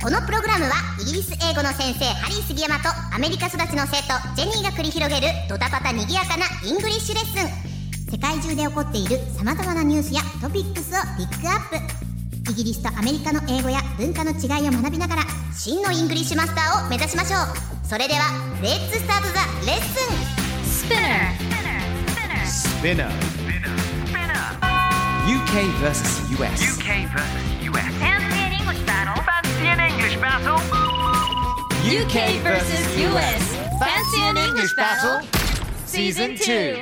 このプログラムはイギリス英語の先生ハリー杉山とアメリカ育ちの生徒ジェニーが繰り広げるドタパタにぎやかなイングリッシュレッスン世界中で起こっている様々なニュースやトピックスをピックアップイギリスとアメリカの英語や文化の違いを学びながら真のイングリッシュマスターを目指しましょうそれではレッツスタートザレッスン Spinner. UK versus US. UK versus US. Fancy an English battle. Fancy an English battle. UK versus US. Fancy an English battle? Season 2.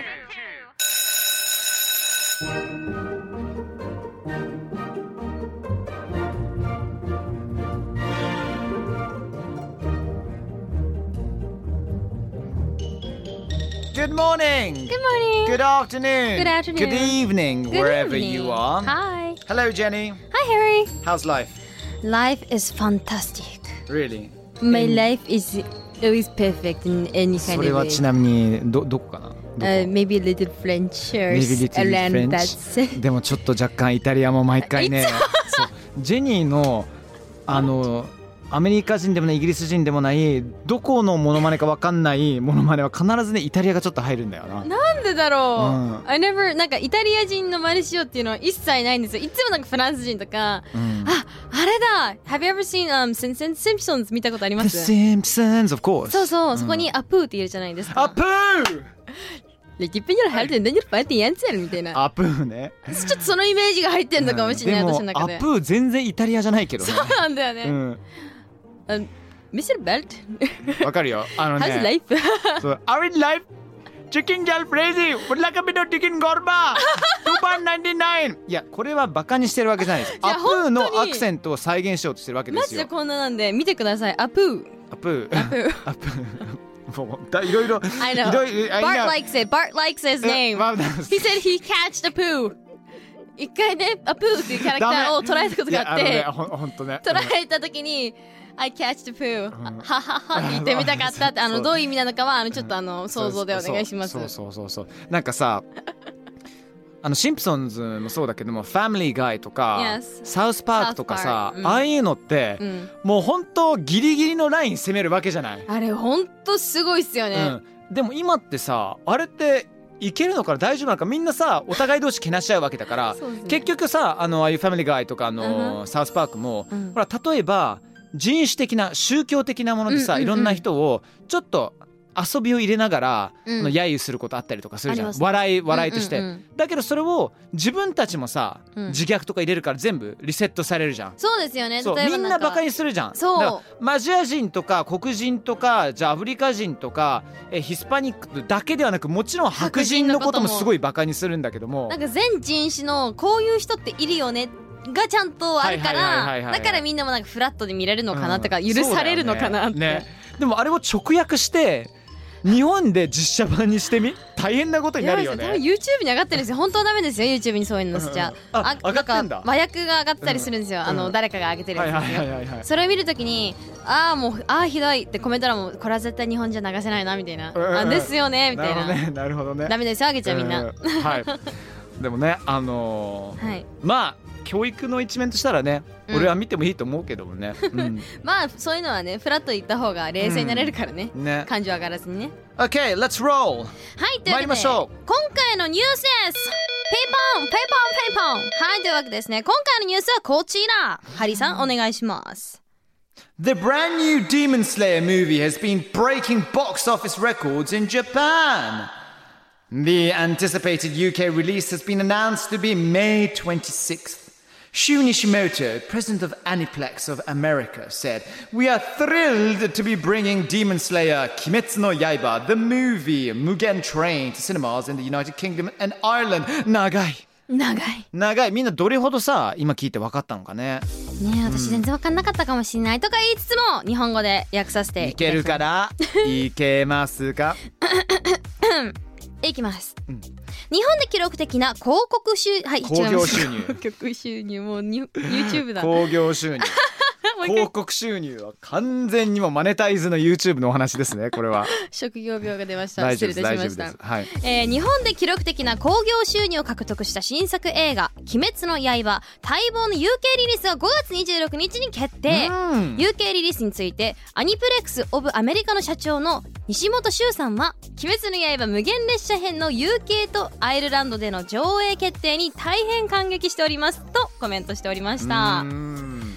Good morning. Good morning. Good afternoon. Good afternoon. Good evening, Good wherever evening. you are. Hi. Hello, Jenny. Hi, Harry. How's life? Life is fantastic. Really? My life is always perfect in any そ kind れ of は way. ちなみにどどこかなどこ Uh, maybe a little French or Maybe little s- around that. French でもちょっと若干イタリアも毎回ねそうジェニーのあのアメリカ人でもないイギリス人でもないどこのモノマネかわかんないモノマネは必ずねイタリアがちょっと入るんだよななんでだろう、うん I never なんかイタリア人の真似しようっていうのは一切ないんですよ。いつもなんかフランス人とか、んああれだ Have you ever seen、um, Sin- Sin- Simpsons 見たことあり The ます Simpsons of course そうそう、そこにアプーって言えるじゃないですか。アプーレキッペニャラハルテンデニャルパイティヤンツェルみたいな。アプーねち ょっとそのイメージが入ってんのかもしれない、うん私の中で。でもアプー全然イタリアじゃないけどねそうなんだよね。うんミスルベル トわかるよあのね How's life? そう、アウィンライフ、チキンギャルプレイジー、ブラカビのチキンゴルバー、2番99。いや、これはバカにしてるわけじゃないです。やアプー本当のアにクセントを再現しようとしてるわけでマすジでよ。こんななんで見てください。アプアプー。アー、プー。アプー。もうだいろいろ、 I い know. ろいろ、 Bart likes it. Bart likes his え name. まあ He said he catched a poo. 一回ね、アプーっていうキャラクターを捉えたこといやがああっのね、て、ほんほんとね。 捉えたときに、I catched a poo. んはははって言ってみたかったって、あ その、うどういう意味なのかは、あの、ちょっとあの、そう想像でお願いします。そうそうそうそうそうなんかさあのシンプソンズもそうだけども「ファミリー・ガイ」とか Yes サウスパーク」とかさ、 South Park うんああいうのって、うんもう本当ギリギリのライン攻めるわけじゃない、あれ、ほんとすごいっすようね。ん、でも今ってさあれっていけるのかな大丈夫なのかみんなさお互い同士けなし合うわけだから そうですね結局さあのああいう「ファミリー・ガイ」とかあの、サウスパークも、うんほら例えば人種的な宗教的なものでさ、うんういんうんろんな人をちょっと遊びを入れながら、うんの揶揄することあったりとかするじゃん、あります笑い笑いとして、うんうんうんだけどそれを自分たちもさ、うん自虐とか入れるから全部リセットされるじゃん。そうですよね。そう例えばみんなバカに。にするじゃんそうだからマジア人とか黒人とかじゃあアフリカ人とかえヒスパニックだけではなくもちろん白人のことも白人のこともすごいバカにするんだけどもなんか全人種のこういう人っているよねがちゃんとあるかはいはいはいはいらはいだからみんなもなんかフラットで見れるのかなとかうん許されるのかなっそうだよねてねでもあれを直訳して日本で実写版にしてみ大変なことになやるばいでよすねね多分 YouTube に上がってるんですよ本当はダメですよ YouTube にそういうのしちゃうんうんあ上がってんだなんか麻薬が上がってたりするんですよあうのん誰かが上げてるはいやつはでいすはいよはいはいそれを見るときにああもうああひどいってコメント欄もこれは絶対日本じゃ流せないなみたいなうんうんあですよねみたいなるほどなねなるほどねダメですよあげちゃみんなうはいでもねあのーはいまあ教育の一面としたらね、うん俺は見てもいいと思うけどもね、うんまあそういうのはねフラット言った方が冷静になれるからねね感情上がらずにね OK let's roll はい、参というわけりでましょ今回のニュースですペイポンペイポンペイポンはい、というわけでですね、今回のニュースはこちらハリーさん、お願いします。 The brand new Demon Slayer movie has been breaking box office records in Japan. The anticipated UK release has been announced to be May 26th. Shun Ishimoto, president of Aniplex of America, said, We are thrilled to be bringing Demon Slayer Kimetsu no Yaiba, the movie Mugen Train, to cinemas in the United Kingdom and Ireland. Nagai. 長い。長いみんなどれほどさ今聞いて分かったのかねねえ私全然わかんなかったかもしれないとか言いつつも日本語で訳させていけるかららいけますかいきます、うん日本で記録的な広告収はい興違いま行す収 入広告収入もうに YouTube だ興行収入 もう一回広告収入は完全にもうマネタイズの YouTube のお話ですねこれ は職業病が出ました大失丈礼夫いでたす大丈夫しましでたすはいえー日本で記録的な興行収入を獲得した新作映画「鬼滅の刃」待望の有形リリースが5月26日に決定うん有形リリースについてアニプレックス・オブ・アメリカの社長の西本修さんは「鬼滅の刃無限列車編」の有形とアイルランドでの上映決定に大変感激しておりますとコメントしておりましたうん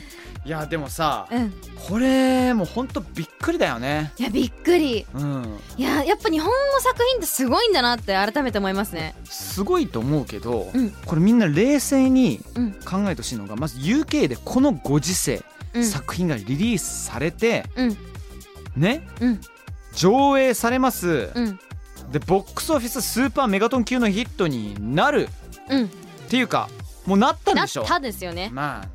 いやでもさうんこれもうほんとびっくりだよねいやびっくりうんいややっぱ日本の作品ってすごいんだなって改めて思いますねすごいと思うけど、うんこれみんな冷静にうん考えてほしいのがまず UK でこのご時世、うん作品がリリースされてうんねうん上映されます、うんでボックスオフィススーパーメガトン級のヒットになるうんっていうかもうなったんだでっしょたですよねまあ、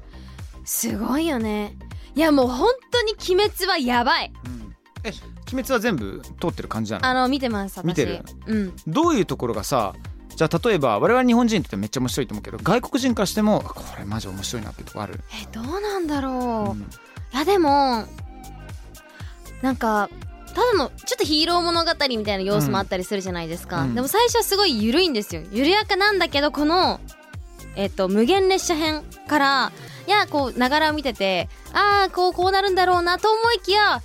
すごいよねいやもう本当に「鬼滅」はやばいうんえ鬼滅は全部通ってる感じなのあの見てます私見てるうんどういうところがさじゃあ例えば我々日本人にとってめっちゃ面白いと思うけど外国人からしてもこれマジ面白いなってとこある、えどうなんだろう、うんいやでもなんかただのちょっとヒーロー物語みたいな要素もあったりするじゃないですか、うんうんでも最初はすごい緩いんですよ緩やかなんだけどこの、えっと無限列車編からいやこうながらを見ててああこうこうなるんだろうなと思いきや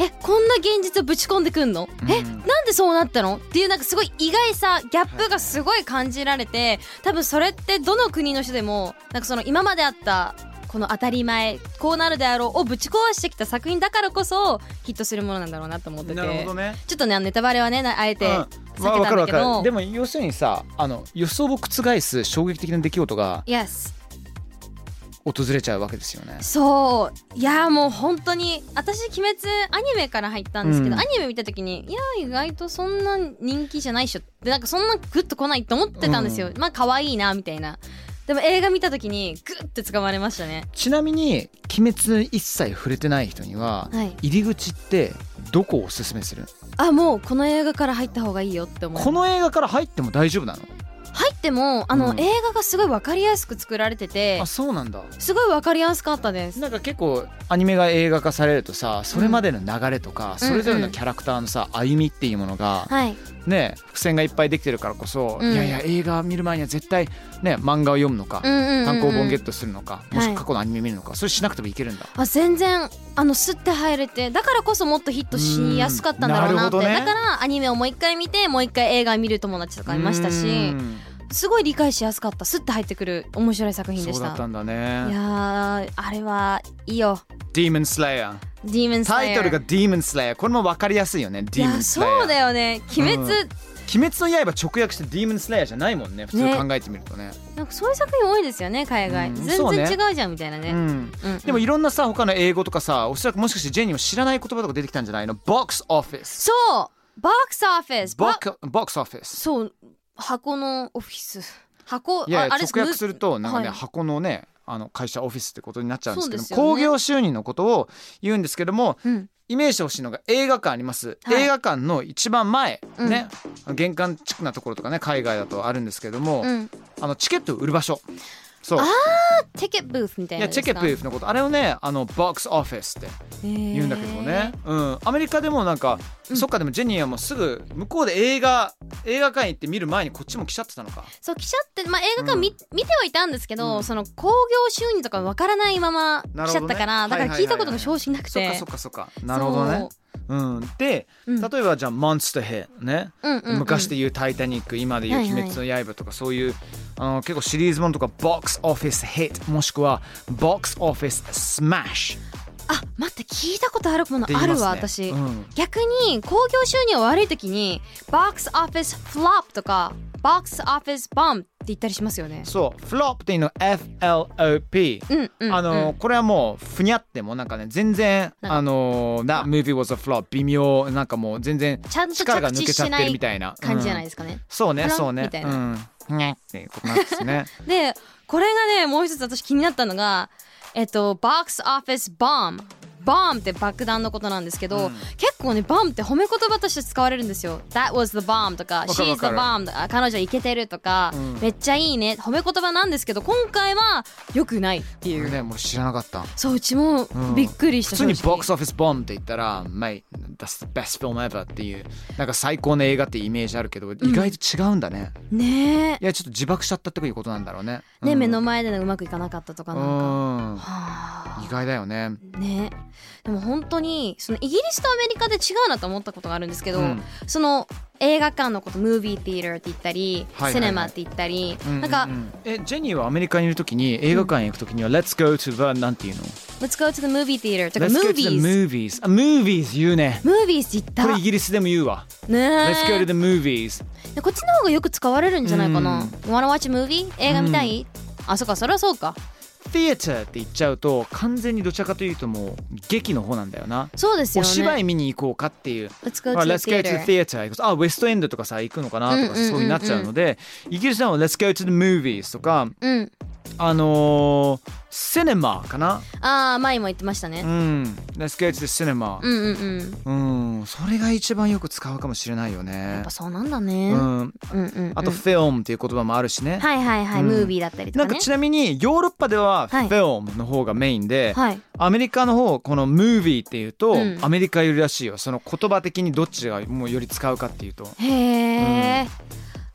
えこんな現実をぶち込んでくんの、うんえなんでそうなったのっていうなんかすごい意外さギャップがすごい感じられて多分それってどの国の人でもなんかその今まであったこの当たり前こうなるであろうをぶち壊してきた作品だからこそヒットするものなんだろうなと思っててなるほどねちょっとねあのネタバレはねなあえてうん避けまあわたかんるだわけかど、るでも要するにさあの予想を覆す衝撃的な出来事が Yes 訪れちゃうわけですよねそういやもう本当に私「鬼滅」アニメから入ったんですけど、うんアニメ見た時にいや意外とそんな人気じゃないっしょでなんかそんなグッと来ないと思ってたんですよ、まあ可愛いなみたいなでも映画見た時にグッて掴まれましたねちなみに鬼滅一切触れてない人には、はい入り口ってどこをおすすめするあもうこの映画から入った方がいいよって思こうの映画から入っても大丈夫なの入ってもあの、うん映画がすごい分かりやすく作られててあそうなんだすごい分かりやすかったですなんか結構アニメが映画化されるとさそれまでの流れとか、それぞれのキャラクターのさ歩みっていうものが、はいね伏線がいっぱいできてるからこそ、うんいやいや映画見る前には絶対ね漫画を読むのか、うんうんうんうん単行本ゲットするのか、もしくはいは過去のアニメ見るのか、それしなくてもいけるんだ。あ全然あの吸って入れてだからこそもっとヒットしやすかったんだろうなってうんなるほだどねからアニメをもう一回見てもう一回映画見る友達とかいましたうしんすごい理解しやすかったスッて入ってくる面白い作品でそうしただったんだいね。やーあれはいいよディーモンスレイヤー。 「ディーメンスタイトルがディーモンスレイヤー。これもわかりやすいよね。いディーモやンスレイヤー。そうだよね鬼滅、うん鬼滅の刃直訳してディーモンスレイヤーじゃないもんね。普通考えてみるとね。なんかそういう作品多いですよね海外、うん全そうね然違うじゃんみたいなね、うん。うんうんでもいろんなさ他の英語とかさおそらくもしかしてジェニーも知らない言葉とか出てきたんじゃないのボックスオフィスそうボックスオフィスボボックボックスオフィスそう箱のオフィス箱いやいやああれです直訳するとなんかね、はい箱のねあの会社オフィスってことになっちゃうんですけどそうですよね興行収入のことを言うんですけどもうんイメージしてほしいのが映画館あります、はい映画館の一番前、うんね玄関チックなところとかね海外だとあるんですけども、うんあのチケットを売る場所そうチェケブーフみたいいなやのチでェすかケプーフのことあれをねあのボックスオフィスって言言うんだけどもね、うん、アメリカでもなんか、そっかでもジェニーはもうすぐ向こうで映画映画館行って見る前にこっちも来ちゃってたのかそう記者って、まあ、映画館見,、見てはいたんですけど、うんその興行収入とかわからないまま来ちゃったから、なだるほどねから聞いたことが正直なくそってかそっかそっかなるほどねうんで、うん例えばじゃあ「モンスターヘッド」ね、うんうんうん昔で言う「タイタニック」今で言う「はい鬼はい滅の刃」とかそういう、あの結構シリーズものとかボックスオフィスヘッドもしくはボックスオフィススマッシュあ待って聞いたことあるものって言あいまるすねわ、私、うん逆に興行収入が悪い時にボックスオフィスフロップとかボックスオフィスボムって言ったりしますよねそうフロップっていうのは FLOP、うんうんうんあのこれはもうふにゃってもなんかね全然なんかあの「That movie was a flop」微妙なんかもう全然ちゃんと力が着抜地けちゃっしてなるいみたいな感じじゃないうんですかね、そうねフランそうねみたいなう んふにゃっていうことなんですねでこれがねもう一つ私気になったのがえっと、box office bomb。バームって爆弾のことなんですけど、結構ねバームって褒め言葉として使われるんですよ。That was the bomb とかわか She's る the わかる bomb とか彼女イケてるとか、めっちゃいいね褒め言葉なんですけど今回は良くないっていう。ね、もう知らなかった。そううちもびっくりし普た。通に正直ボックスオフィスボンって言ったら、Mate, that's the best film ever っていう、なんか最高の映画っていうイメージあるけど、意外と違うんだね。ねいや、ちょっと自爆しちゃったっていうことなんだろうね。え。ね、うん目の前でのうまくいかなかったとかなんか。うん。はあ意外だよね。ねでも本当にそのイギリスとアメリカで違うなと思ったことがあるんですけど、うんその映画館のことムービーティーターって言ったり、はいはいはいセネマって言ったり、ううなんか、えジェニーはアメリカにいるときに映画館へ行くときには、Let's go to the なんていうの Let's go to the movie theater とか Let's go to the movies movies あ movies 言うねムービーズってこ言れっイギリスでも言うわたね Let's go to the movies でこっちの方がよく使われるんじゃないかな、うん You wanna watch a movie? 映画見たい、あそっかそれはそうか Theater って言っちゃうと完全にどちらかというともう劇の方なんだよなそうですよおね芝居見に行こうかっていう Let's あ go to Let's the go to the theater theater 行くとあウエストエンドとかさ行くのかなとか、うんうんうんうんそうになっちゃうのでイギリスでも Let's go to the movies とかうんあのー、セネマかなああ前も言ってましたうね、ん Let's go to the cinema うん、うんうんやうん、それが一番よく使うかもしれないよっねぱ。そうなんだうね、ん、うんうんうんあと「film」っていう言葉もあるしね。はいはいはい、うんムービーだったりとなかんねかちなみにヨーロッパでは「はい film」の方がメインで、はいアメリカの方この「movie」っていうと、うんアメリカよりらしいよその言葉的にどっちがもうより使うかっていうと。へえ、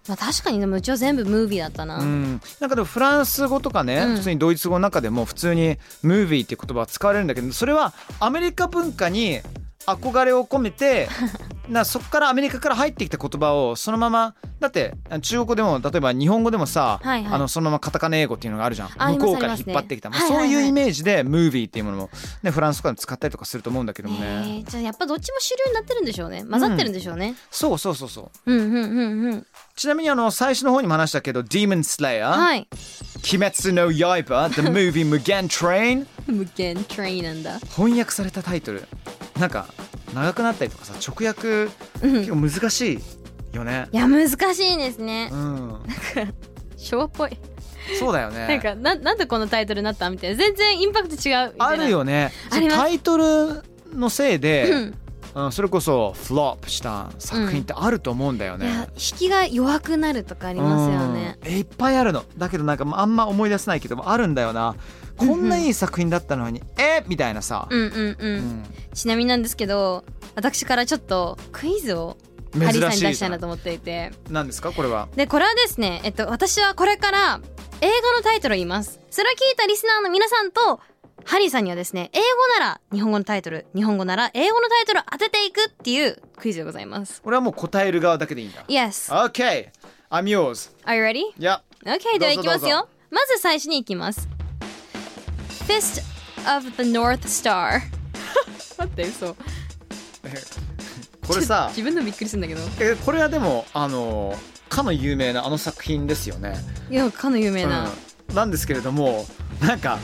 まあ確かにでもうちは全部ムービーだったな、うん、なんかでもフランス語とかね、うん普通にドイツ語の中でも普通に「ムービー」っていう言葉は使われるんだけどそれはアメリカ文化に憧れを込めて なそこからアメリカから入ってきた言葉をそのままだってあ中国語でも例えば日本語でもさ、はいはいあのそのままカタカナ英語っていうのがあるじゃんあり向まこすうからあ引りますっね張ってきた、まあはいはいはいそういうイメージで「ムービー」っていうものも、ね、フランスとかでも使ったりとかすると思うんだけどもへね、えじゃあやっぱどっちも主流になってるんでしょうね混ざってるんでしょうね、そうそうそうそううん、うんうんうんちなみにあの最初の方にも話したけど「Demon Slayer」はい鬼滅の刃」「The Movie Mugen Train」無限トレインなんだ翻訳されたタイトルなんか長くなったりとかさ直訳結構難しいよねいや難しいですねうん昭和っぽいそうだよね なんかななんでこのタイトルになったみたいな全然インパクト違うみたいなあるよねありますタイトルのせいで、うんうんそれこそフロップした作品ってあると思うんだよいやね、引きが弱くなるとかありうますよねんえいっぱいあるのだけどなんかあんま思い出せないけどあるんだよなこんないい作品だったのに、えみたいなさ、うんうんうん、うんちなみになんですけど私からちょっとクイズをハリーさんに出したいなと思っていてなんですかこれはでこれはですね、えっと、私はこれから英語のタイトルを言いますそれを聞いたリスナーの皆さんとハリーさんにはですね英語なら日本語のタイトル日本語なら英語のタイトルを当てていくっていうクイズでございます俺はもう答える側だけでいいんだ Yes OK I'm yours Are you ready? Yeah OK ではいきますどうぞよまず最初にいきます Fist of the North Star 待って嘘これさ自分でもびっくりするんだけどえこれはでもあのかの有名なあの作品ですよね、いやかの有名な、うん、なんですけれどもなんか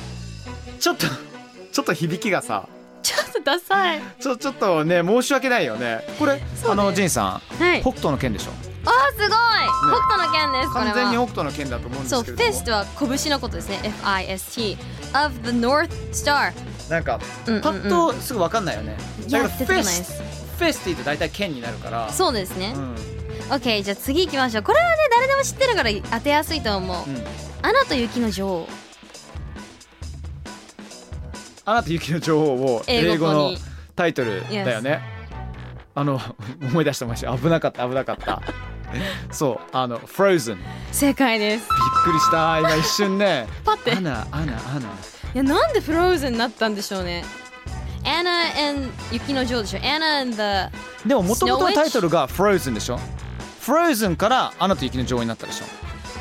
ちょっと ちょっと響きがさちょっとダサいちょちょっとね申し訳ないよねこれうねあのジンさん、はい北斗の剣でしょあーすごい、北斗の剣ですこれ完全には北斗の剣だと思うんでそう、すけフれィどスもトは拳のことですね。F-I-S-T。of the North Star。なんかうんうんうんパッとすぐ分かんないよね、いだやから出てフこないェでスすフェスって言うと大体剣になるからそうですねう。ん OK、じゃあ次行きましょう。これはね、誰でも知ってるから当てやすいと思う。うんアナと雪の女王。 「アナと雪の女王」を英英語語のにタイトルだよね。あの 思い出した思い出した危なかった危なかった。 そうあの「Frozen」びっ正解です。くりした今一瞬 ねパッてアナアナアナいや、なんでフローズンになったんでしょうね。アナ and 雪の女王でしょ。アナ and the でももともと Snow の Witch タイトルが「Frozen」でしょ Frozen から「アナと雪の女王」になったでしょ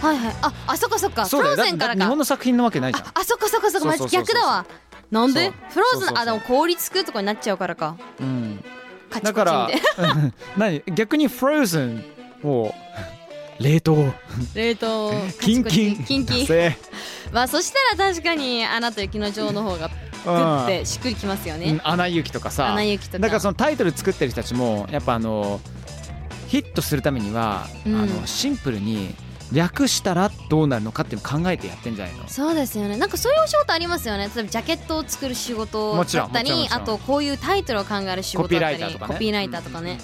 はいはい。あ、あそっかそっか。フそうだよローだゼンかだら日か本。の作品なわけないじゃんあ、そっかそっかそっか。まそうそうそうそうず逆だわ。なんでそうフローズそうそうそうン、あ、でも氷つくとかになっちゃうからか。うん、カチだコかチらみたいうん 何逆に「Frozen」を冷凍冷凍。 キンキンカチコチキンキ ンだ。ぜまあそしたら確かに「アナと雪の女王」の方がグッてしっくりきますようんね。アナ雪とかさアナ雪とかだからそのタイトル作ってる人たちもやっぱあのヒットするためには、うんあのシンプルに略したらどうなるのかっていうのを考えてやってんじゃないのそうですよねなんかそういうお仕事ありますよね例えばジャケットを作る仕事だもちろんったもちろんもりちろんあとこういうタイトルを考える仕コ事ピーだラっイタたーとりかねコピーライターとかね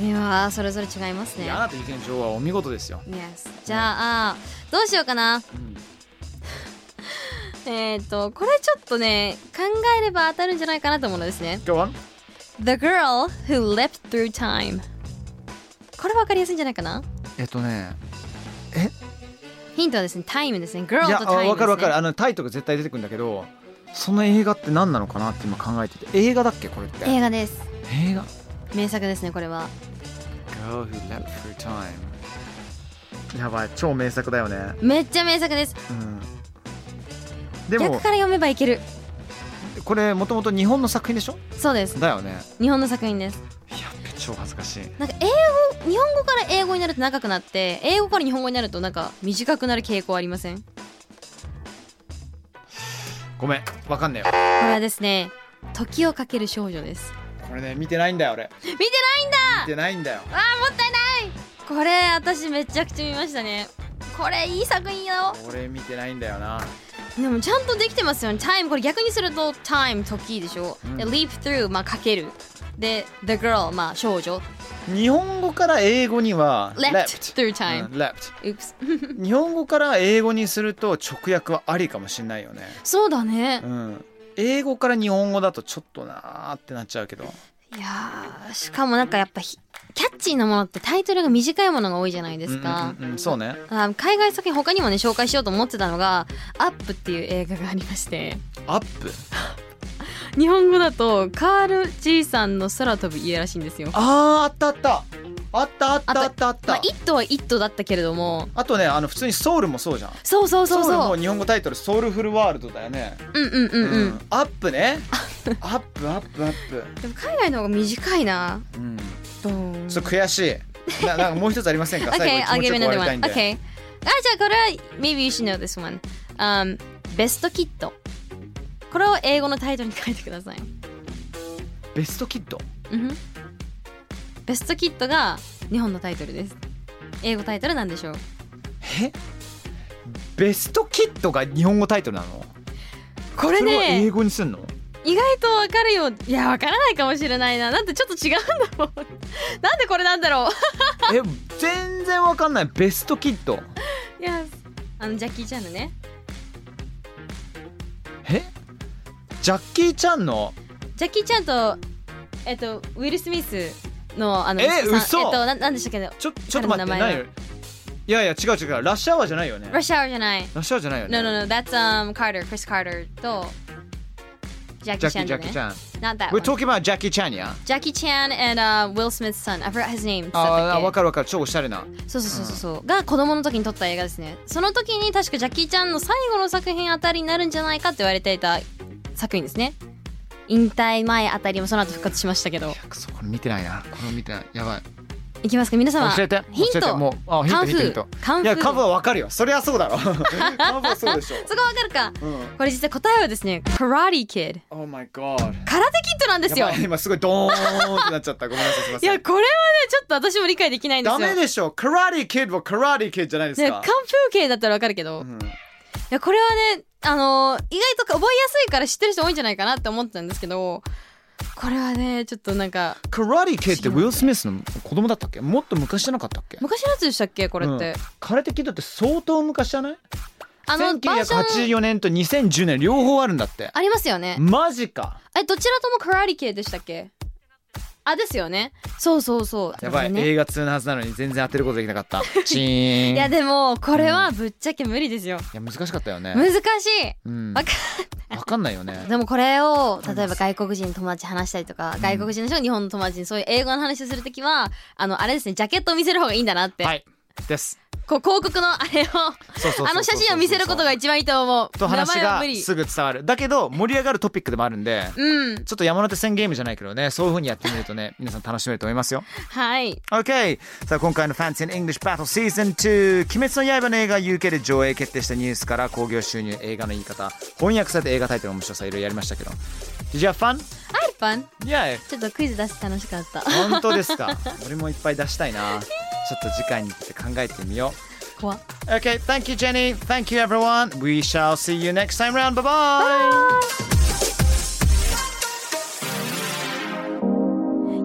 いやーそれぞれ違いますいねやあなた意見女王はお見事ですよ Yes じゃあどうしようかな、えっとこれちょっとね考えれば当たるんじゃないかなと思うのですね Go on The girl who leapt through time これわかりやすいんじゃないかなえっとねヒントはですねタイムですね girl いやとあ time です、ね、わかるわかるあのタイトルが絶対出てくるんだけどその映画って何なのかなって今考えてて映画だっけこれって映画です映画名作ですねこれは Girl Who Left Through Time やばい超名作だよねめっちゃ名作ですうんで逆もから読めばいけるこれもともと日本の作品でしょそうですだよね日本の作品ですいや超恥ずかしいなんか英語日本語から英語になると長くなって英語から日本語になるとなんか短くなる傾向ありませんこごめんわかんねえよれはですね時をかける少女ですこれね見てないんだよ俺見てないんだ見てないんだよあーもったいないこれ私めちゃくちゃ見ましたねこれいい作品よ俺見てないんだよなでもちゃんとできてますよねタイムこれ逆にするとタイム時でしょ、で leap through まあかけるで the girl まあ少女日本語から英語には left through time、うん left Oops 日本語から英語にすると直訳はありかもしれないよねそうだねうん英語から日本語だとちょっとなーってなっちゃうけどいやーしかもなんかやっぱひキャッチーなものってタイトルが短いものが多いじゃないですか、うんうんうん、そうねあー海外作品他にもね紹介しようと思ってたのが「アップっていう映画がありましてアップ日本語だとカール爺さんの空飛ぶ家らしいんですよあーあったあったあったあったあったあったまあ「イット!」は「イット!」だったけれどもあとねあの普通にソウルもそうじゃんそうそうそうソウルそもう日本語タイトルソウルフルワールドだよねうんうんうんうん、アップねアップアップアップでも海外の方が短いなうんどうちょっと悔しいななんかもう一つありま せんか Okay, 最後 I'll に気 give 持ちよ you く終 another わりたいん one. で Okay. あ、じゃあこれは、maybe you should know this one. Um, ベストキット。これを英語のタイトルに書いてください。ベストキッドうんふんベストキットが日本のタイトルです。英語タイトルなんでしょうえベストキッドが日本語タイトルなのこれそれは英ね、語にすんの意外とわかるよ。いや、わからないかもしれないな。だってちょっと違うん だもん。なんでこれなんだろう。え全然わかんないベストキッド Yes あの、ジャッキー・チャンのね。えジャッキー・チャンのジャッキー・チャンと、えっと、ウィル・スミスの、あの、え息子嘘さんえっと、ななんでしたっけねちょちょっと待って彼の名前は何よいやいや違う違うラッシュアワーじゃないよねラッシュアワーじゃない。ラッシュアワーじゃないよね No, no, no. That's um Carter, Chris Carter とジャッキジー・ャッキー・チャンジだャッキー・チね。ャン Not that We're talking about one. Jackie Chan や Jackie Chan and、uh, Will Smith's son. I forgot his name. あーそうだわっけかるわかる超おしゃれなそうそうそうそう。が子供の時に撮った映画ですね。その時に確かジャッキー・チャンの最後の作品あたりになるんじゃないかって言われていた作品ですね。引退前あたりもその後復活しましたけど。くそこれ見てないなこれ見てないやばいいきますか皆様。教えてヒ教ンえてト。もうあヒンカトンフヒーントヒントカンいフーやカンフーはわかるよそりゃそう だろカンフーはそうでしょそこわかるか。うんこれ実は答えはですね、Karate Kid。 Oh my god 空手キッドなんですよやば。い今すごいドーンってなっちゃったごめんなさいすいまいせんやこれはねちょっと私も理解できないんですダよメでしょカラー d キッドはカラー d キッドじゃないですね、か完封系だったらわかるけど、ういんやこれはねあのー意外と覚えやすいから知ってる人多いんじゃないかなって思ったんですけどこれはねちょっとなんかカラー d キッドってウィル・スミスの子供だったっけもっと昔じゃなかったっけ昔のやつでしたっけこれって、うんカラテキッドって相当昔じゃないあのバージ1984ョン年と2010年両方あるんだってありますよねマジかえどちらともカラリ系でしたっけあですよねそうそうそ うやばい、ね映画通のはずなのに全然当てることできなか ったチーンいいややでもこれはぶっちゃけ無理ですよ難しかったよね難しいうんわかわかんないよねでもこれを例えば外国人の友達に話したりとか、外国人の人が日本の友達にそういう英語の話をするときはあのあれですねジャケットを見せる方がいいんだなって、はいですこう広告のあれをそうそうそうそうそうあの写真を見せることが一番いいと思うと話名前はが無理すぐ伝わるだけど盛り上がるトピックでもあるんでうんちょっと山手線ゲームじゃないけどねそういう風にやってみるとね皆さん楽しめると思いますよはい OK さあ今回の Fancy in English Battle Season 2「鬼滅の刃」の映画 UK で上映決定したニュースから興行収入映画の言い方翻訳されて映画タイトルの面白さいろいろやりましたけど Did you have fun? アルパン Yeah ちょっとクイズ出して楽しかった本当ですか俺もいっぱい出したいなちょっと次回に行って考えてみよう怖 Okay, thank you, Jenny. Thank you, everyone. We shall see you next time round. Bye-bye. bye bye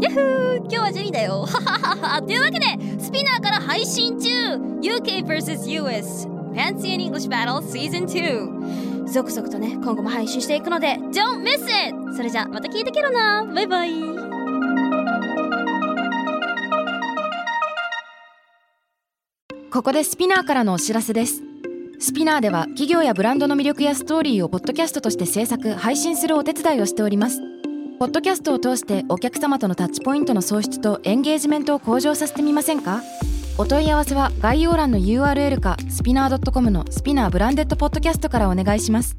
ヤッフー今日はジェニーだよは はははというわけでスピナーから配信中 UKVSUS Fancy and English Battle Season 2続々とね今後も配信していくのでジョンメッセそれじゃまた聞いてけろなバイバイここでスピナーからのお知らせですスピナーでは企業やブランドの魅力やストーリーをポッドキャストとして制作配信するお手伝いをしておりますポッドキャストを通してお客様とのタッチポイントの創出とエンゲージメントを向上させてみませんかお問い合わせは概要欄の URL かスピナー .com のスピナーブランデッドポッドキャストからお願いします